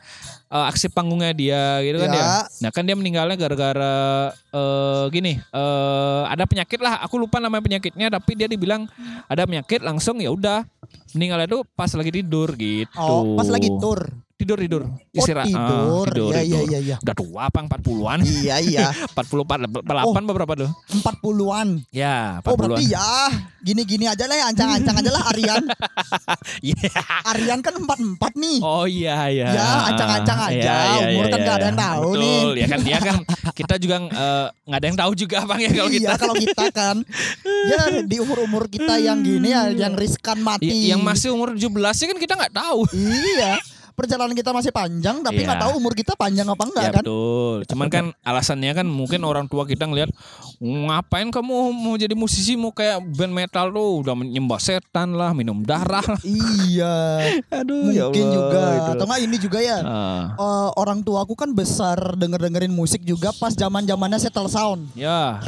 eh, aksi panggungnya dia gitu kan
Ya.
ya. Nah kan dia meninggalnya gara-gara eh, gini, eh, ada penyakit lah. Aku lupa nama penyakitnya, tapi dia dibilang ada penyakit langsung ya udah meninggalnya itu pas lagi tidur gitu.
Oh, pas lagi tour.
tidur tidur
Oh,
istirahat. Ah,
tidur.
tidur,
Ya, ya,
tidur.
ya, ya.
Udah tua pang 40-an,
Iya iya.
40 48 beberapa tuh?
40-an.
Ya, 40-an.
Oh berarti ya gini-gini aja lah ya ancang-ancang aja lah Aryan.
Iya.
Aryan kan 44 nih.
Oh iya iya. ya,
Ya, ancang-ancang aja. Umur kan nggak ada yang tahu
Betul.
nih.
Ya kan dia kan kita juga eh, nggak ada yang tahu juga bang ya kalau kita.
iya kalau kita kan ya di umur-umur kita yang gini ya yang
Ya,
riskan mati.
yang masih umur 17 sih kan kita nggak tahu.
Iya. Perjalanan kita masih panjang tapi
Iya.
nggak tahu umur kita panjang apa enggak
ya
kan?
betul. Cuman kan alasannya kan mungkin orang tua kita ngelihat ngapain kamu mau jadi musisi mau kayak band metal tuh udah menyembah setan lah, minum darah lah.
Iya.
Aduh,
Mungkin juga. Atau enggak ini juga ya.
Ya Ah,
eh, orang tua aku kan besar denger-dengerin musik juga pas zaman-zamannya settle sound.
ya,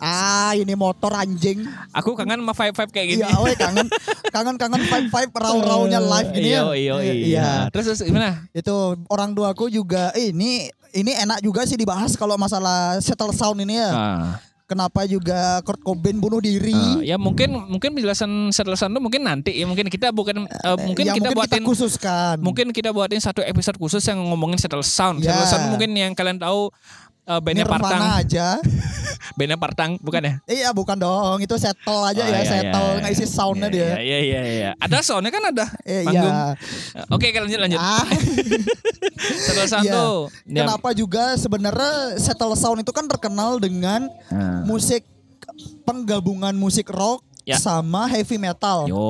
Ah, ini motor anjing.
aku kangen sama vibe vibe kayak gini.
Iya, weh kangen kangen kangen vibe vibe raw rawnya live gini ya.
Iya, iya, iya. Terus terus gimana?
Itu orang tua aku juga eh, ini ini enak juga sih dibahas kalau masalah settle sound ini ya.
Ah.
Kenapa juga Kurt Cobain bunuh diri?
Ah, ya mungkin mungkin penjelasan penjelasan itu mungkin nanti ya mungkin kita bukan eh, mungkin
Yang
kita
ya mungkin
buatin
kita khususkan.
mungkin kita buatin satu episode khusus yang ngomongin settle sound.
Ya.
Settle sound mungkin yang kalian tahu eh, bandnya Partang,
Nirvana aja.
bandnya Partang bukan ya?
Iya, bukan dong. Itu settle aja
Oh,
ya,
iya,
settle
iya,
nggak isi
iya.
soundnya
Iya,
dia.
Iya iya iya. Ada soundnya kan ada.
Eh,
panggung.
iya.
Oke, kita lanjut lanjut.
Ah.
Settle sound
Iya.
tuh. Ya.
Kenapa juga sebenarnya settle sound itu kan terkenal dengan
Ah.
musik penggabungan musik rock
Ya.
sama heavy metal.
Yo.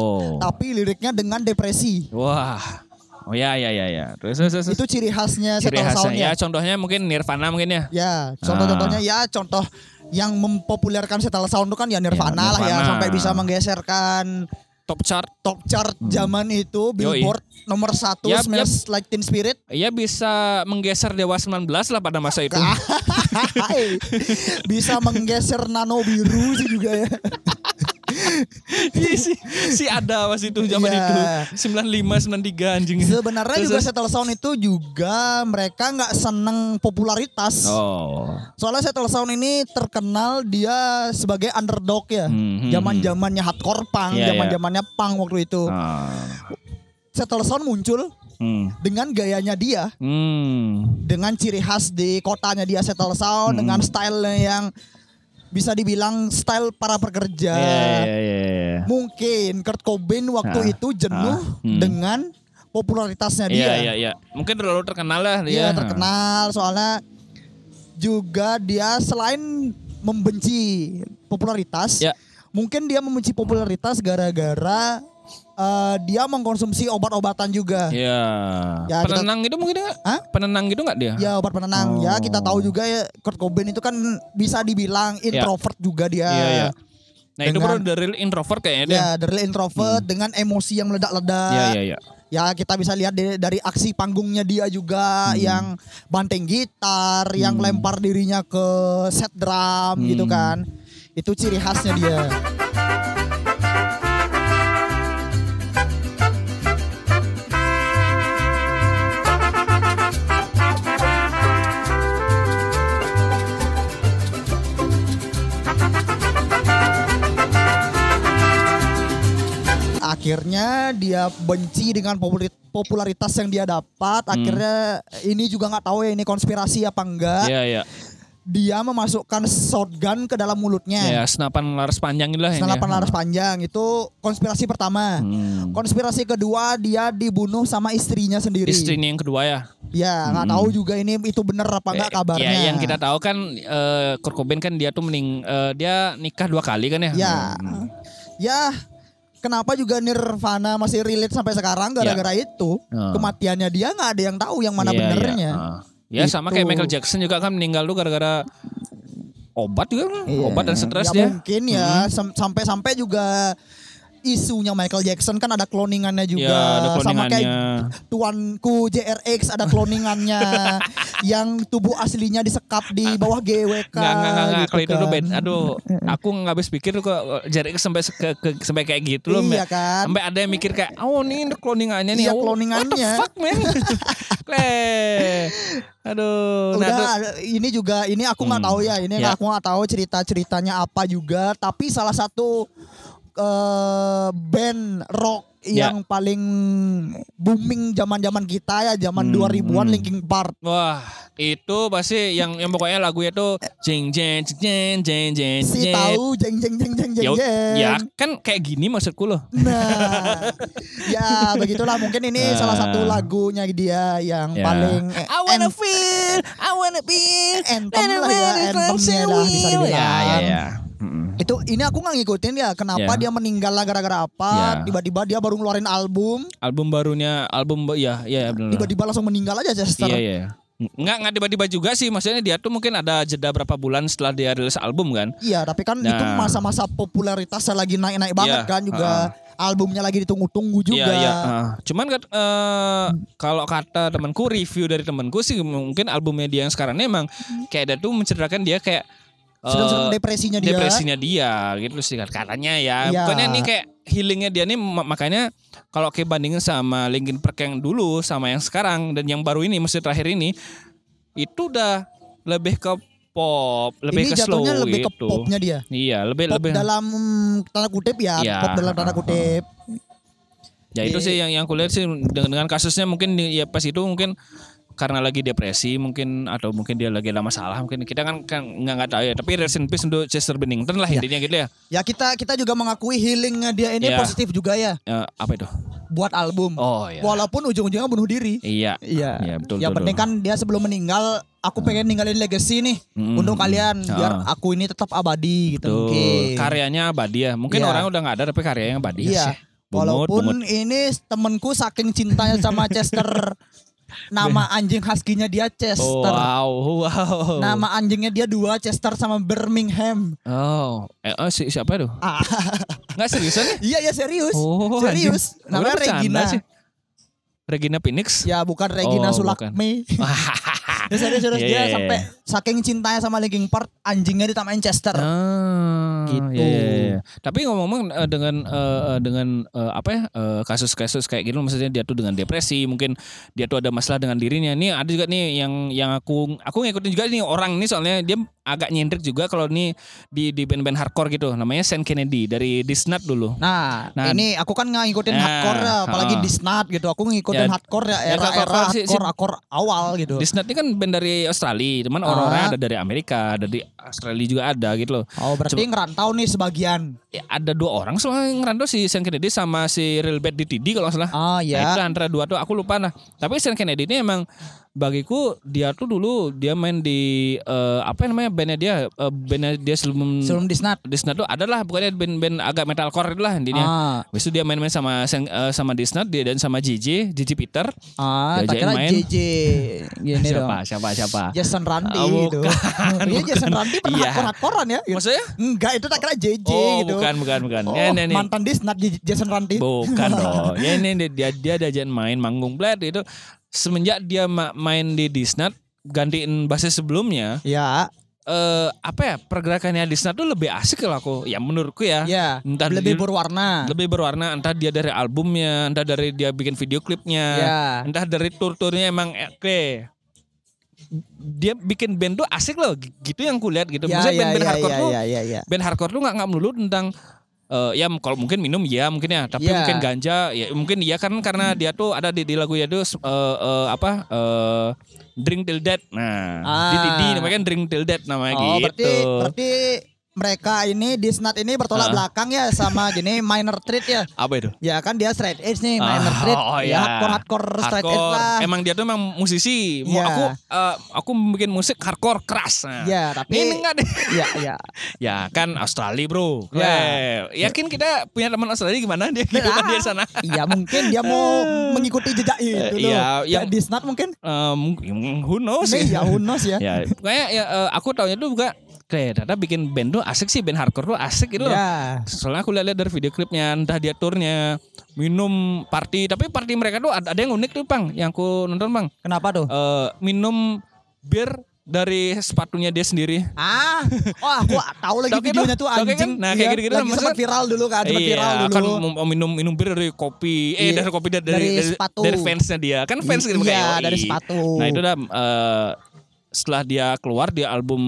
Tapi liriknya dengan depresi.
Wah. Oh ya ya ya ya. Terus terus terus.
Itu ciri khasnya
Ciri
settle
khasnya.
soundnya.
Ya contohnya mungkin Nirvana mungkin ya.
Ya, contoh-contohnya ya contoh yang mempopulerkan settle sound itu kan ya Nirvana, lah ya
Nirvana.
sampai bisa menggeserkan
Top chart.
top chart
Hmm.
zaman itu Billboard nomor satu
Yap,
Smash Like Teen Spirit.
Ya bisa menggeser Dewa 19 lah pada masa itu.
bisa menggeser nano biru sih juga ya.
si, si ada pas itu zaman
Iya.
itu 95 93 anjing.
Sebenarnya
Terus,
juga
terus.
Settle Sound itu juga mereka nggak seneng popularitas.
Oh.
Soalnya Settle Sound ini terkenal dia sebagai underdog ya.
Hmm, hmm,
Zaman-zamannya hardcore
Iya,
punk,
iya.
zaman-zamannya punk waktu itu.
Ah.
Settle Sound muncul
Hmm.
dengan gayanya dia,
Hmm.
dengan ciri khas di kotanya dia Settle Sound, dengan style yang bisa dibilang style para pekerja.
Iya iya iya. iya.
Mungkin Kurt Cobain waktu
Ah,
itu
ah,
jenuh
hmm.
dengan popularitasnya dia.
Iya iya iya. Mungkin terlalu terkenal lah dia.
Iya terkenal soalnya juga dia selain membenci popularitas,
Ya.
mungkin dia membenci popularitas gara-gara eh, dia mengkonsumsi obat-obatan juga.
Iya.
Ya, kita-
Penenang itu mungkin enggak?
Hah?
Penenang gitu enggak dia?
Ya obat penenang ya
Oh.
kita tahu juga ya Kurt Cobain itu kan bisa dibilang introvert juga dia.
Iya iya. Nah, itu
Dengan-
baru the real introvert kayaknya dia.
Ya dari introvert dengan emosi yang meledak-ledak.
Hmm. Iya iya iya.
Ya kita bisa lihat dari, dari aksi panggungnya dia juga
Hmm.
yang banteng gitar, yang lempar dirinya ke set drum gitu
Hmm.
kan. Itu ciri khasnya dia. Akhirnya dia benci dengan populi- popularitas yang dia dapat.
Hmm.
Akhirnya ini juga nggak tahu ya ini konspirasi apa enggak.
Iya iya.
Dia memasukkan shotgun ke dalam mulutnya.
Ya, senapan laras panjang itulah ini.
Iya.
ya.
Senapan laras panjang itu konspirasi pertama.
Iya. Hmm.
Konspirasi kedua dia dibunuh sama istrinya sendiri.
Istrinya yang kedua ya.
Ya nggak tahu juga ini itu bener apa enggak
Eh,
kabarnya.
Ya, yang kita tahu kan eh Kurt Cobain kan dia tuh mening eh, dia nikah dua kali kan ya.
Ya,
Hmm.
ya kenapa juga Nirvana masih relate sampai sekarang gara-gara itu
Hmm.
kematiannya dia nggak ada yang tahu yang
Ya.
mana
Iya, iya.
benernya. Gitu.
Ah. Ya sama
Itu.
kayak Michael Jackson juga kan meninggal tuh gara-gara obat juga kan,
Iya.
obat dan stres
ya
dia.
mungkin ya
Hmm.
sam- sampai-sampai juga isunya Michael Jackson kan ada cloningannya juga
Ya, ada
sama kayak
cloningannya.
tuanku JRX ada cloningannya yang tubuh aslinya disekap di bawah
Nggak,
GWK
nggak, nggak, nggak.
gitu
Kalau itu tuh
kan.
Ben, aduh, aku nggak habis pikir kok jarik sampai se- ke, ke- sampai kayak gitu loh.
Iya
Mbak.
kan?
Sampai ada yang mikir kayak, oh ini ini cloningannya nih.
Iya,
oh, What the
cloningannya.
fuck man? Kleh. aduh. nah,
Udah
tuh-
ini juga ini aku nggak tahu ya ini
Ya.
aku nggak tahu cerita ceritanya apa juga tapi salah satu eh, band rock
Ya.
yang paling booming zaman zaman kita ya
Hmm,
zaman 2000-an Linkin Park
Wah, itu pasti yang yang pokoknya lagunya tuh jeng jeng jeng jeng jeng jeng.
si tahu jeng jeng jeng jeng jeng
Ya,
jeng.
ya kan kayak gini maksudku loh.
Nah, ya begitulah mungkin ini salah satu
Ah.
lagunya dia yang
Ya.
paling
I wanna
en-
feel, I wanna be.
anthem lah ya, anthemnya lah bisa
Ya,
dibilang.
ya,
iya.
ya. Mm-mm.
Itu ini aku nggak ngikutin ya
Ya.
kenapa dia meninggal lah gara-gara
Ya.
apa? Tiba-tiba dia baru ngeluarin album,
Album barunya, album ba- ya, ya, ya benar.
tiba-tiba langsung meninggal aja Chester.
Iya, iya. Nggak, nggak tiba-tiba juga sih. Maksudnya dia tuh mungkin ada jeda berapa bulan setelah dia rilis album kan.
Iya, tapi kan itu
Nah.
masa-masa popularitasnya lagi naik-naik
Iya,
banget kan juga. Albumnya lagi ditunggu-tunggu juga.
Iya, iya. ah. Cuman kan eh, kalau kata temanku review dari temanku sih mungkin albumnya dia yang sekarang ini emang kayak ada tuh menceritakan dia kayak eh,
Hmm. Sedang-sedang depresinya dia.
depresinya dia gitu sih kan. katanya ya.
Iya.
Bukannya nih kayak healingnya dia nih ma- makanya kalau kayak bandingin sama Linkin Park yang dulu sama yang sekarang dan yang baru ini mesti terakhir ini itu udah lebih ke pop, lebih
ini
ke slow
jatuhnya lebih ke
gitu.
popnya dia.
Iya, lebih
Pop
lebih
dalam tanda kutip ya,
Iya.
pop dalam tanda kutip.
Ya itu sih yang yang kulihat sih dengan, dengan kasusnya mungkin di- ya pas itu mungkin karena lagi depresi mungkin atau mungkin dia lagi ada masalah mungkin kita kan kan nggak nggak tahu ya tapi rest in peace untuk Chester Bennington lah intinya gitu ya
Ya kita kita juga mengakui healingnya dia ini
Iya.
positif juga ya
Eh, apa itu
buat album.
oh ya
Walaupun ujung-ujungnya bunuh diri.
iya
Iya.
Iya, betul,
Yang
betul,
penting
betul.
kan dia sebelum meninggal, aku pengen ninggalin legacy nih
Mm.
untuk kalian biar
Ah.
aku ini tetap abadi gitu
Tuh,
mungkin.
karyanya abadi ya mungkin
Iya.
orang udah nggak ada tapi karyanya abadi
Iya.
sih Bungut, bungut.
Walaupun ini temenku saking cintanya sama Chester, nama anjing husky-nya
Oh,
dia Chester.
wow wow
Nama anjingnya dia dua Chester sama Birmingham.
oh eh, eh, si, siapa itu
Ah,
nggak seriusan ya
iya ya serius.
oh anjing.
serius. Namanya
Gua bercanda
Regina.
sih. Regina Phoenix
Ya bukan Regina
Oh,
Sulakmi. Ya serius serius
Iya,
dia
iya,
sampai
iya.
saking cintanya sama Linkin Park anjingnya ditamain Chester.
Ah,
Gitu.
iya, iya, iya. Tapi ngomong-ngomong eh, dengan eh, eh, dengan eh, apa ya eh, kasus-kasus kayak gitu, maksudnya dia tuh dengan depresi, mungkin dia tuh ada masalah dengan dirinya. Ini ada juga nih yang yang aku aku ngikutin juga nih orang ini soalnya dia agak nyentrik juga kalau nih di di band-band hardcore gitu. Namanya Sam Kennedy dari Disnut dulu.
Nah,
Nah,
ini aku kan nggak ngikutin
nah,
hardcore ya, apalagi
heeh.
Disnut gitu. Aku ngikutin
Ya,
hardcore
ya,
ya
kalau-
era-era
kalau si- si-
hardcore, hardcore awal gitu.
Disnut ini kan band dari Australia, cuman
Ah.
orang-orang ada dari Amerika, ada dari Australia juga ada gitu loh.
Oh, berarti ngerantau nih sebagian.
Ya, ada dua orang soalnya ngerantau si Sam Kennedy sama si Real Bad DTD kalau nggak salah. Nah,
Oh
itu
ya.
antara dua tuh aku lupa nah. Tapi Sean Kennedy ini emang bagiku dia tuh dulu dia main di eh, apa namanya bandnya dia Eh, bandnya dia sebelum,
Sebelum Disnut.
Disnut tuh adalah bukannya band-band agak metalcore lah intinya.
Ah,
Habis itu dia main-main sama Sen- eh, sama Disnut dia dan sama JJ, JJ Peter.
ah, tak
Diajakin
kira
main.
JJ gini
siapa,
dong. Ya,
siapa siapa
Jason Randy
Ah,
gitu.
bukan,
Iya Jason
bukan.
Randy pernah
Iya.
hardcore-hardcorean ya. gitu.
Maksudnya?
Enggak, itu tak kira JJ
Oh,
gitu.
bukan bukan bukan.
Oh,
Ya, nih, nih.
mantan Disnut J- Jason Randy.
Bukan dong. Ya ini dia- dia dia diajakin main manggung bled itu semenjak dia ma- main di Disnut gantiin basis sebelumnya
Ya,
eh apa ya pergerakannya Disney tuh lebih asik kalau aku ya menurutku ya
ya.
Entah
Lebih
dia-
berwarna.
lebih berwarna entah dia dari albumnya entah dari dia bikin video klipnya
Ya.
entah dari tur-turnya emang eh, oke dia bikin band tuh asik loh g- gitu yang kulihat gitu
Ya,
maksudnya
ya,
band-band
ya,
hardcore
ya,
tuh
ya, ya, ya.
band hardcore tuh nggak nggak melulu tentang eh, ya kalau mungkin minum ya mungkin ya tapi
Ya.
mungkin ganja ya mungkin ya kan karena
Hmm.
dia tuh ada di, di lagu ya tuh eh, eh, apa eh, drink till death nah
Ah.
di, di, di namanya kan drink till death namanya
Oh,
gitu
berarti berarti mereka ini Disnut ini
Ah.
bertolak belakang ya sama gini minor threat ya.
apa itu
Ya kan dia straight edge nih
Ah,
minor threat.
oh,
ya
ya.
hardcore hardcore straight edge
Hardcore.
lah.
Emang dia tuh emang musisi. Mau
Iya.
Aku eh, aku bikin musik hardcore keras. Nah.
Ya, tapi
Ini enggak deh.
ya ya.
Ya kan Australia bro.
Iya.
Weh, Yakin kita punya teman Australia gimana dia kehidupan dia di sana?
Iya mungkin dia mau mengikuti jejak itu loh.
iya, Oh,
Ya,
yang-
Disnut mungkin.
Em, who knows?
Nih, ya unos ya.
ya, pokoknya ya, eh, aku taunya tuh bukan Keren, ternyata bikin band tuh asik sih, band hardcore tuh asik gitu loh.
Ya.
Soalnya aku lihat-lihat dari video klipnya, entah dia turnya, minum, party. Tapi party mereka tuh ada, ada yang unik tuh, Bang. Yang aku nonton, Bang.
Kenapa tuh?
eh minum bir dari sepatunya dia sendiri.
Ah, oh aku tahu lagi
Tau kan
videonya
tuh?
tuh
Tau kan?
anjing.
Nah, kayak
Iya,
gitu-gitu
Lagi sempat
maksudnya-
viral dulu kan, sempat viral dulu.
kan mau minum minum bir dari kopi, eh
Iya,
dari kopi dari
dari
dari, dari,
sepatu.
dari fansnya dia, kan fans gitu
Iya,
makanya,
dari
yoi.
sepatu.
Nah itu udah eh, setelah dia keluar dia album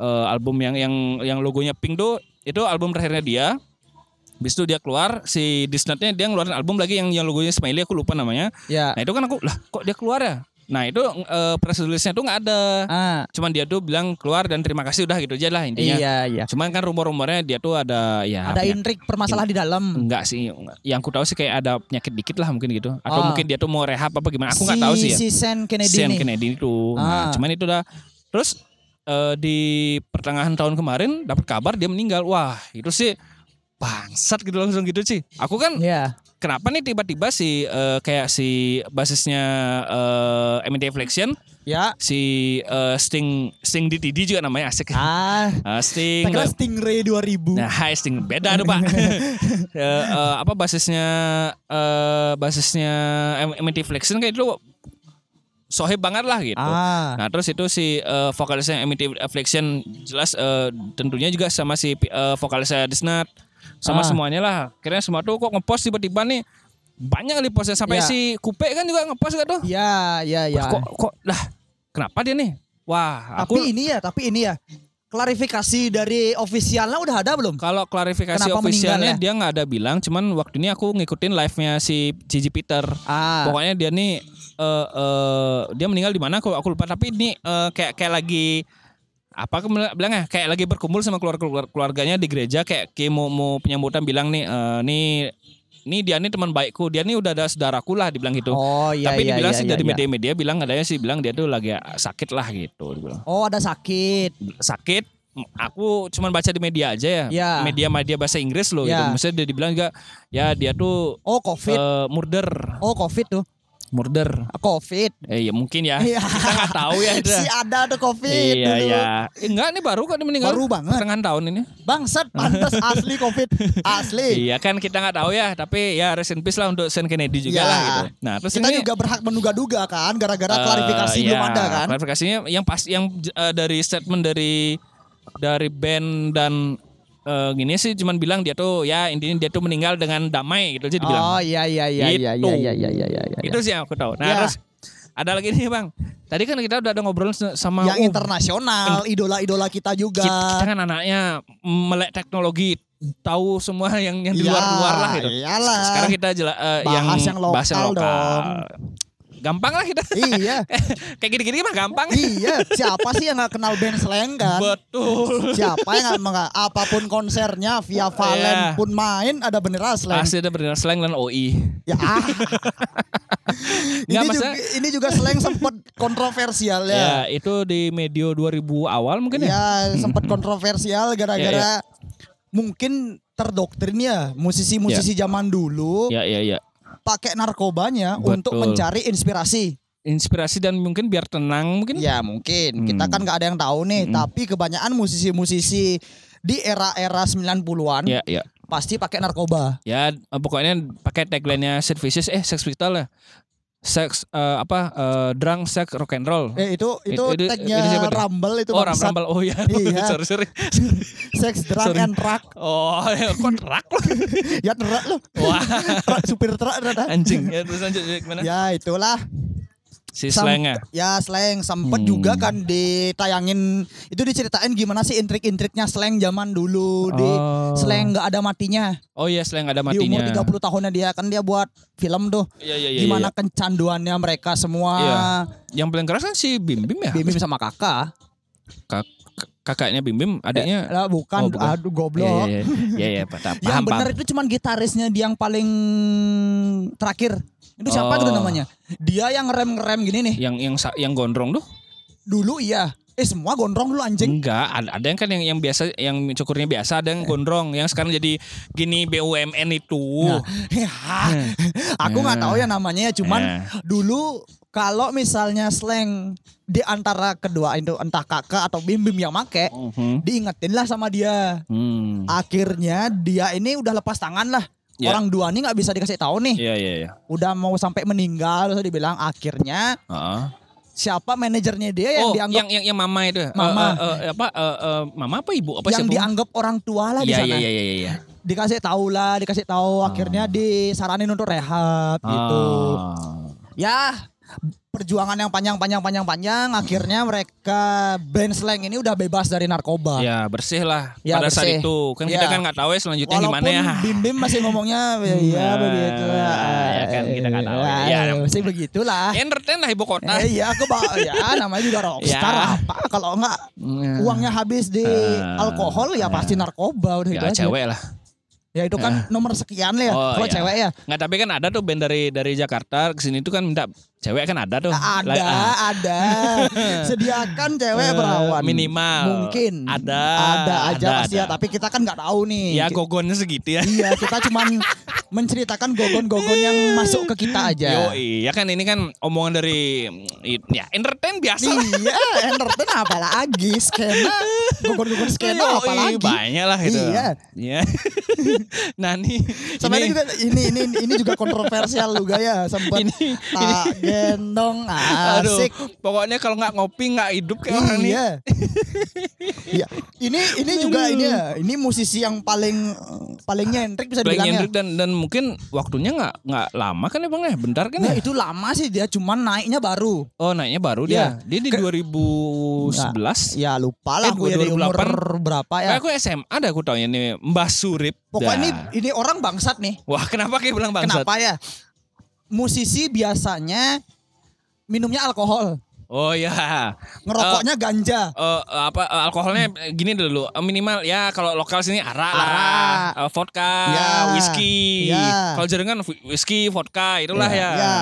eh, album yang yang yang logonya pink tuh itu album terakhirnya dia. Habis itu dia keluar si Disnutnya dia ngeluarin album lagi yang yang logonya smiley aku lupa namanya.
Ya.
Nah itu kan aku lah kok dia keluar ya? Nah itu eh, press release-nya tuh nggak ada.
Ah,
Cuman dia tuh bilang keluar dan terima kasih udah gitu aja lah intinya.
iya iya.
Cuman kan rumor-rumornya dia tuh ada ya
Ada
penyakit-
intrik permasalahan di dalam.
enggak sih enggak. yang aku tahu sih kayak ada penyakit dikit lah mungkin gitu atau
Ah.
mungkin dia tuh mau rehab apa gimana aku nggak tahu sih ya
Si Sen Kennedy
Sean
nih.
Kennedy itu nah,
Ah.
cuman itu udah terus eh, di pertengahan tahun kemarin dapat kabar dia meninggal wah itu sih bangsat gitu langsung gitu sih aku kan
Iya.
kenapa nih tiba-tiba si eh, kayak si basisnya eh, MNT Flexion
Ya.
si eh, Sting Sting DTD juga namanya asik
Ah,
Ah, Sting
tak kira Stingray 2000.
Nah, high sting beda tuh, Pak. Eh, eh, apa basisnya eh basisnya M- MT Flexion kayak dulu sohib banget lah gitu.
ah,
Nah, terus itu si eh, vokalisnya MT Flexion jelas eh, tentunya juga sama si eh, vokalisnya Disnat sama
Ah.
semuanya lah. Akhirnya semua tuh kok ngepost tiba-tiba nih banyak kali postnya sampai
Ya.
si Kupe kan juga ngepost gak tuh?
ya ya ya.
Kok kok lah kenapa dia nih? Wah,
tapi
aku
ini ya, tapi ini ya. Klarifikasi dari ofisialnya udah ada belum?
Kalau klarifikasi
Kenapa
ofisialnya
meninggal ya?
dia nggak ada bilang, cuman waktu ini aku ngikutin live-nya si Gigi Peter.
Ah,
Pokoknya dia nih eh eh, dia meninggal di mana aku aku lupa tapi ini eh, kayak kayak lagi apa aku bilang- bilang ya kayak lagi berkumpul sama keluarga keluarganya di gereja kayak kayak mau, mau penyambutan bilang nih eh, nih nih dia nih teman baikku, dia nih udah ada saudaraku lah dibilang gitu.
oh iya
tapi
iya,
dibilang
iya,
sih
iya,
dari
iya.
media-media bilang adanya sih bilang dia tuh lagi sakit lah gitu dibilang
Oh ada sakit.
sakit aku cuman baca di media aja ya
Ya.
media media bahasa Inggris loh
Ya.
gitu maksudnya dia dibilang juga ya dia tuh
Oh covid.
eh, murder
Oh covid tuh.
murder.
Covid.
Eh ya mungkin ya.
Iya.
Kita nggak tahu ya. Indra.
Si ada tuh Covid
iya
dulu.
iya. Eh, Enggak nih baru kan dia meninggal.
Baru banget.
Pertengahan tahun ini.
Bangsat pantas asli Covid. Asli.
Iya kan kita nggak tahu ya. Tapi ya rest in peace lah untuk Sean Kennedy juga
Iya.
lah gitu. Nah terus
Kita
ini.
juga berhak menduga-duga kan gara-gara
eh,
klarifikasi
iya,
belum ada kan.
Klarifikasinya yang pas yang eh, dari statement dari dari band dan eh, gini sih cuman bilang dia tuh ya intinya dia tuh meninggal dengan damai gitu aja dibilang.
Oh iya iya iya iya
Gitu.
iya iya iya iya iya.
Itu sih yang aku tahu. Nah,
Ya.
terus ada lagi nih, Bang. Tadi kan kita udah ada ngobrol se- sama
Yang
oh,
internasional, idola-idola kita juga.
Kita, kita kan anaknya melek teknologi, tahu semua yang yang di
Iya,
luar-luar lah gitu.
iyalah.
Sekarang kita jela, eh, yang
Bahas yang lokal
bahas yang lokal. Gampang lah kita.
iya,
Kayak gini-gini mah gampang.
iya. Siapa sih yang nggak kenal band Slang kan?
Betul.
Siapa yang nggak nggak- apapun konsernya Via Valen
Iya.
pun main ada bendera Slang.
Pasti ada benar slang dan OI.
Ya. ah.
Nggak,
ini, juga,
maksudnya-
ini juga Slang sempat kontroversial ya.
Ya, itu di medio 2000 awal mungkin ya. Iya,
Ya, sempat kontroversial gara-gara mungkin terdoktrin ya musisi-musisi
Iya.
zaman dulu
Ya, ya, ya.
pakai narkobanya
Betul.
untuk mencari inspirasi.
Inspirasi dan mungkin biar tenang mungkin.
Ya mungkin kita
Hmm.
kan nggak ada yang tahu nih,
Mm-mm.
tapi kebanyakan musisi-musisi di era-era 90-an
Ya, ya.
pasti pakai narkoba.
Ya eh, pokoknya pakai tagline-nya Sid Vicious eh Sex Pistol lah. Sex eh, apa eh, drunk sex rock and roll.
Eh itu itu,
Itu- itu-
tagnya
itu siapa tuh?
Rumble itu
oh Ram
bangsat.
Rambal. Oh iya.
Iya.
sorry sorry.
Sex drug
Sorry.
and truck.
Oh, ya, kok terak loh.
Ya truk lu.
Wah,
Truk, supir truk ada.
anjing. Ya terus lanjut ya, gimana?
Ya itulah
Si
Sam-
slangnya.
Ya slang sempet
Hmm.
juga kan ditayangin itu diceritain gimana sih intrik-intriknya slang zaman dulu di
Oh.
slang nggak ada matinya.
Oh iya slang ada
di umur
matinya.
30 tahunnya dia kan dia buat film tuh.
Iya iya iya.
gimana
iya.
kecanduannya mereka semua
Iya. Yang paling keras kan si Bim Bim ya.
Bim Bim sama kakak
Kak- kakaknya Bim Bim, adiknya.
lah
Oh,
bukan,
bukan.
aduh goblok
Iya iya iya. Iya, iya, paham paham.
yang benar itu cuman gitarisnya dia yang paling terakhir itu siapa
Oh. Iya.
tuh namanya dia yang ngerem ngerem gini nih
Yang yang sa- yang gondrong tuh?
dulu iya eh semua gondrong dulu anjing
Enggak, ada, ada yang kan yang yang biasa yang cukurnya biasa, ada yang
Eh.
gondrong, yang sekarang jadi gini BUMN itu.
Nah, hah, aku nggak tahu ya namanya ya cuman
Eh.
dulu kalau misalnya slang di antara kedua itu entah kakak atau bim bim yang make
Mhm.
diingetin lah sama dia
Hmm.
akhirnya dia ini udah lepas tangan lah.
Ya.
Orang dua nih nggak bisa dikasih tahu nih.
Iya iya iya.
Udah mau sampai meninggal terus dibilang akhirnya
Heeh.
siapa manajernya dia yang
oh,
dianggap
yang yang yang mama itu. Eh,
Mama.
eh, eh, apa eh, eh, mama apa ibu apa
yang
siapa?
dianggap orang tua lah di
Iya
sana.
iya iya iya iya.
Dikasih tahu lah, dikasih tahu akhirnya disaranin untuk rehab gitu.
Ah.
Ya perjuangan yang panjang panjang panjang panjang akhirnya mereka band slang ini udah bebas dari narkoba.
Ya, bersih lah
Ya,
pada saat
bersih.
itu. Kan kita
Ya.
kan nggak tahu ya selanjutnya
Walaupun
gimana ya.
Bim Bim masih ngomongnya
Nah,
ya begitu lah.
ya kan, kita nggak tahu ya. Ya.
Ya, masih begitulah.
Entertain lah ibu kota.
Eh, iya aku bawa ya namanya juga rockstar
Ya.
apa kalau enggak
Iya.
uangnya habis di
Eh,
alkohol ya pasti narkoba udah
ya,
itu aja.
cewek lah.
Ya itu kan nomor sekian lah ya
Oh,
kalau
iya.
cewek ya.
Nggak tapi kan ada tuh band dari dari Jakarta ke sini tuh kan minta cewek kan ada tuh.
Ada,
Lah, ah.
ada. Sediakan cewek
Eh,
berawan.
minimal.
Mungkin.
Ada,
Ada aja
ada,
pasti ya,
ada.
tapi kita kan nggak tahu nih.
Ya
Ki-
gogonnya segitu ya.
Iya, kita cuman menceritakan gogon-gogon yang masuk ke kita aja.
Yoi, ya kan ini kan omongan dari mm, ya entertain biasa lah.
Iya, entertain apa lagi? Skena, gogon-gogon skena apa
Yoi,
lagi?
Banyak lah gitu.
Iya.
Iya. nah nih
Sama
ini,
ini, juga ini ini ini juga kontroversial juga ya sempat tak gendong
aduh,
asik.
pokoknya kalau nggak ngopi nggak hidup kayak orang nih.
iya. Iya. Ini ini juga ini ya, ini musisi yang paling paling nyentrik bisa
Blank
dibilang ya.
Hendrik dan dan mungkin waktunya nggak nggak lama kan ya bang ya, bentar kan
Nah,
ya.
itu lama sih dia cuman naiknya baru.
Oh naiknya baru
Iya.
dia. Dia di 2011.
Ya lupa lah
Eh,
gue dari umur
2008.
berapa ya.
Kayak aku SMA dah aku taunya nih Mbah Surip.
Pokoknya
Eh, Dah.
ini ini orang bangsat nih.
Wah kenapa kayak bilang bangsat?
Kenapa ya? Musisi biasanya minumnya alkohol,
Oh ya.
ngerokoknya ganja.
Eh, apa eh, alkoholnya eh, gini dulu eh, minimal ya kalau lokal sini arak lah
Arak.
Eh, vodka
Ya.
whisky
Ya.
kalau jaringan whisky vodka itulah
Ya.
ya,
Ya.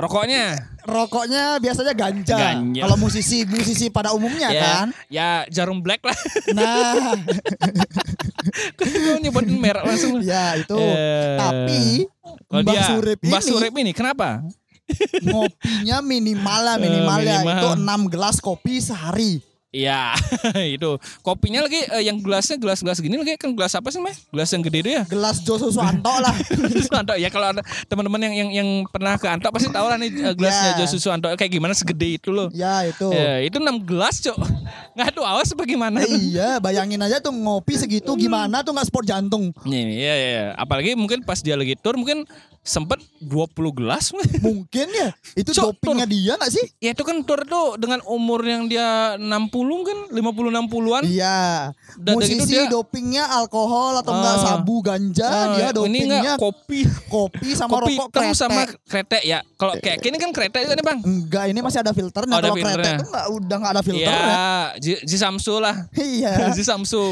rokoknya
Rokoknya biasanya ganja.
Ganja.
Kalau musisi musisi pada umumnya
ya
kan.
ya jarum black lah
Nah,
Kau nyebutin merek langsung
ya itu.
Eh,
Tapi
kalau
Mbak
dia-
Surip
Mbah
ini
Surip ini kenapa
ngopinya minimal lah
Eh,
minimal ya
minimal.
itu 6 gelas kopi sehari
Iya, itu. Kopinya lagi eh, yang gelasnya gelas-gelas gini lagi kan gelas apa sih, Meh? Gelas yang gede itu ya.
gelas Joso Suwanto lah
Terus Anto ya kalau ada teman-teman yang yang yang pernah ke Anto pasti tahu lah nih eh, gelasnya
Ya.
Joe Susu Anto kayak gimana segede itu loh.
ya itu
Ya, itu 6 gelas, Cok. Ngadu awas bagaimana?
Eh, iya bayangin aja tuh ngopi segitu gimana tuh nggak sport jantung
Iya, iya, iya. Apalagi mungkin pas dia lagi tour mungkin sempet 20 gelas.
mungkin ya itu
Cok,
dopingnya dia nggak sih
ya itu kan tour tuh dengan umur yang dia 60 kan, 50 60-an.
iya
Dan dari itu Kan gitu
musisi
dia-
dopingnya alkohol atau enggak
Ah.
sabu ganja
Eh,
dia
ini
dopingnya
enggak kopi
kopi sama
kopi
rokok
hitam
kretek Iya.
sama kretek ya. Kalau kayak ini kan kretek juga nih, Bang.
enggak ini masih ada filternya
Oh, ada
kalau kretek
filternya.
tuh nggak udah nggak ada filternya
Iya, Ji Ji Samsu lah.
ya. iya
Ji Samsu.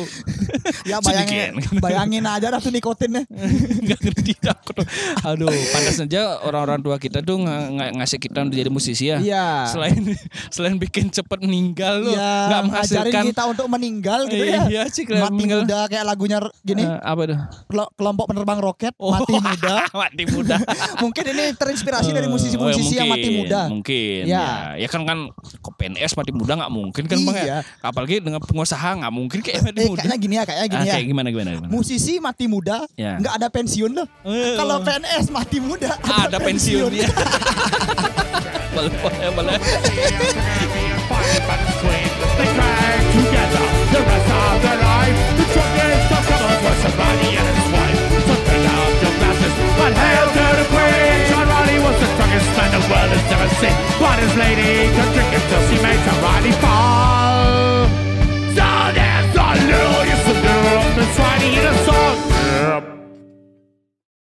ya bayangin
Sedikit.
bayangin aja dah tuh nikotinnya
Nggak ngerti aku. tuh. Aduh, pantas aja orang-orang tua kita tuh nggak nggak ngasih kita untuk jadi musisi ya.
Iya.
Selain selain bikin cepet meninggal lu,
ya,
nggak
ngajarin
menghasilkan.
kita untuk meninggal gitu
Iya,
ya.
iya, Cik,
mati
meninggal.
muda kayak lagunya r- gini,
Eh, apa tuh?
kelo- kelompok penerbang roket Oh,
Oh.
mati muda.
mati muda.
mungkin ini terinspirasi dari
Eh,
musisi-musisi yang mati
mungkin,
muda.
Mungkin.
Ya.
Ya. ya kan kan ke PNS mati muda nggak mungkin kan Bang
Iya.
ya. Apalagi dengan pengusaha nggak mungkin kayak mati
Eh,
muda.
kayaknya gini ya, kayaknya
Ah,
gini ya.
kayak gimana gimana gimana.
Musisi mati muda,
Ya.
nggak ada pensiun loh.
Eh.
Kalau PNS mati muda,
ada pensiunnya. boleh, boleh, boleh.
They cry together, the rest of the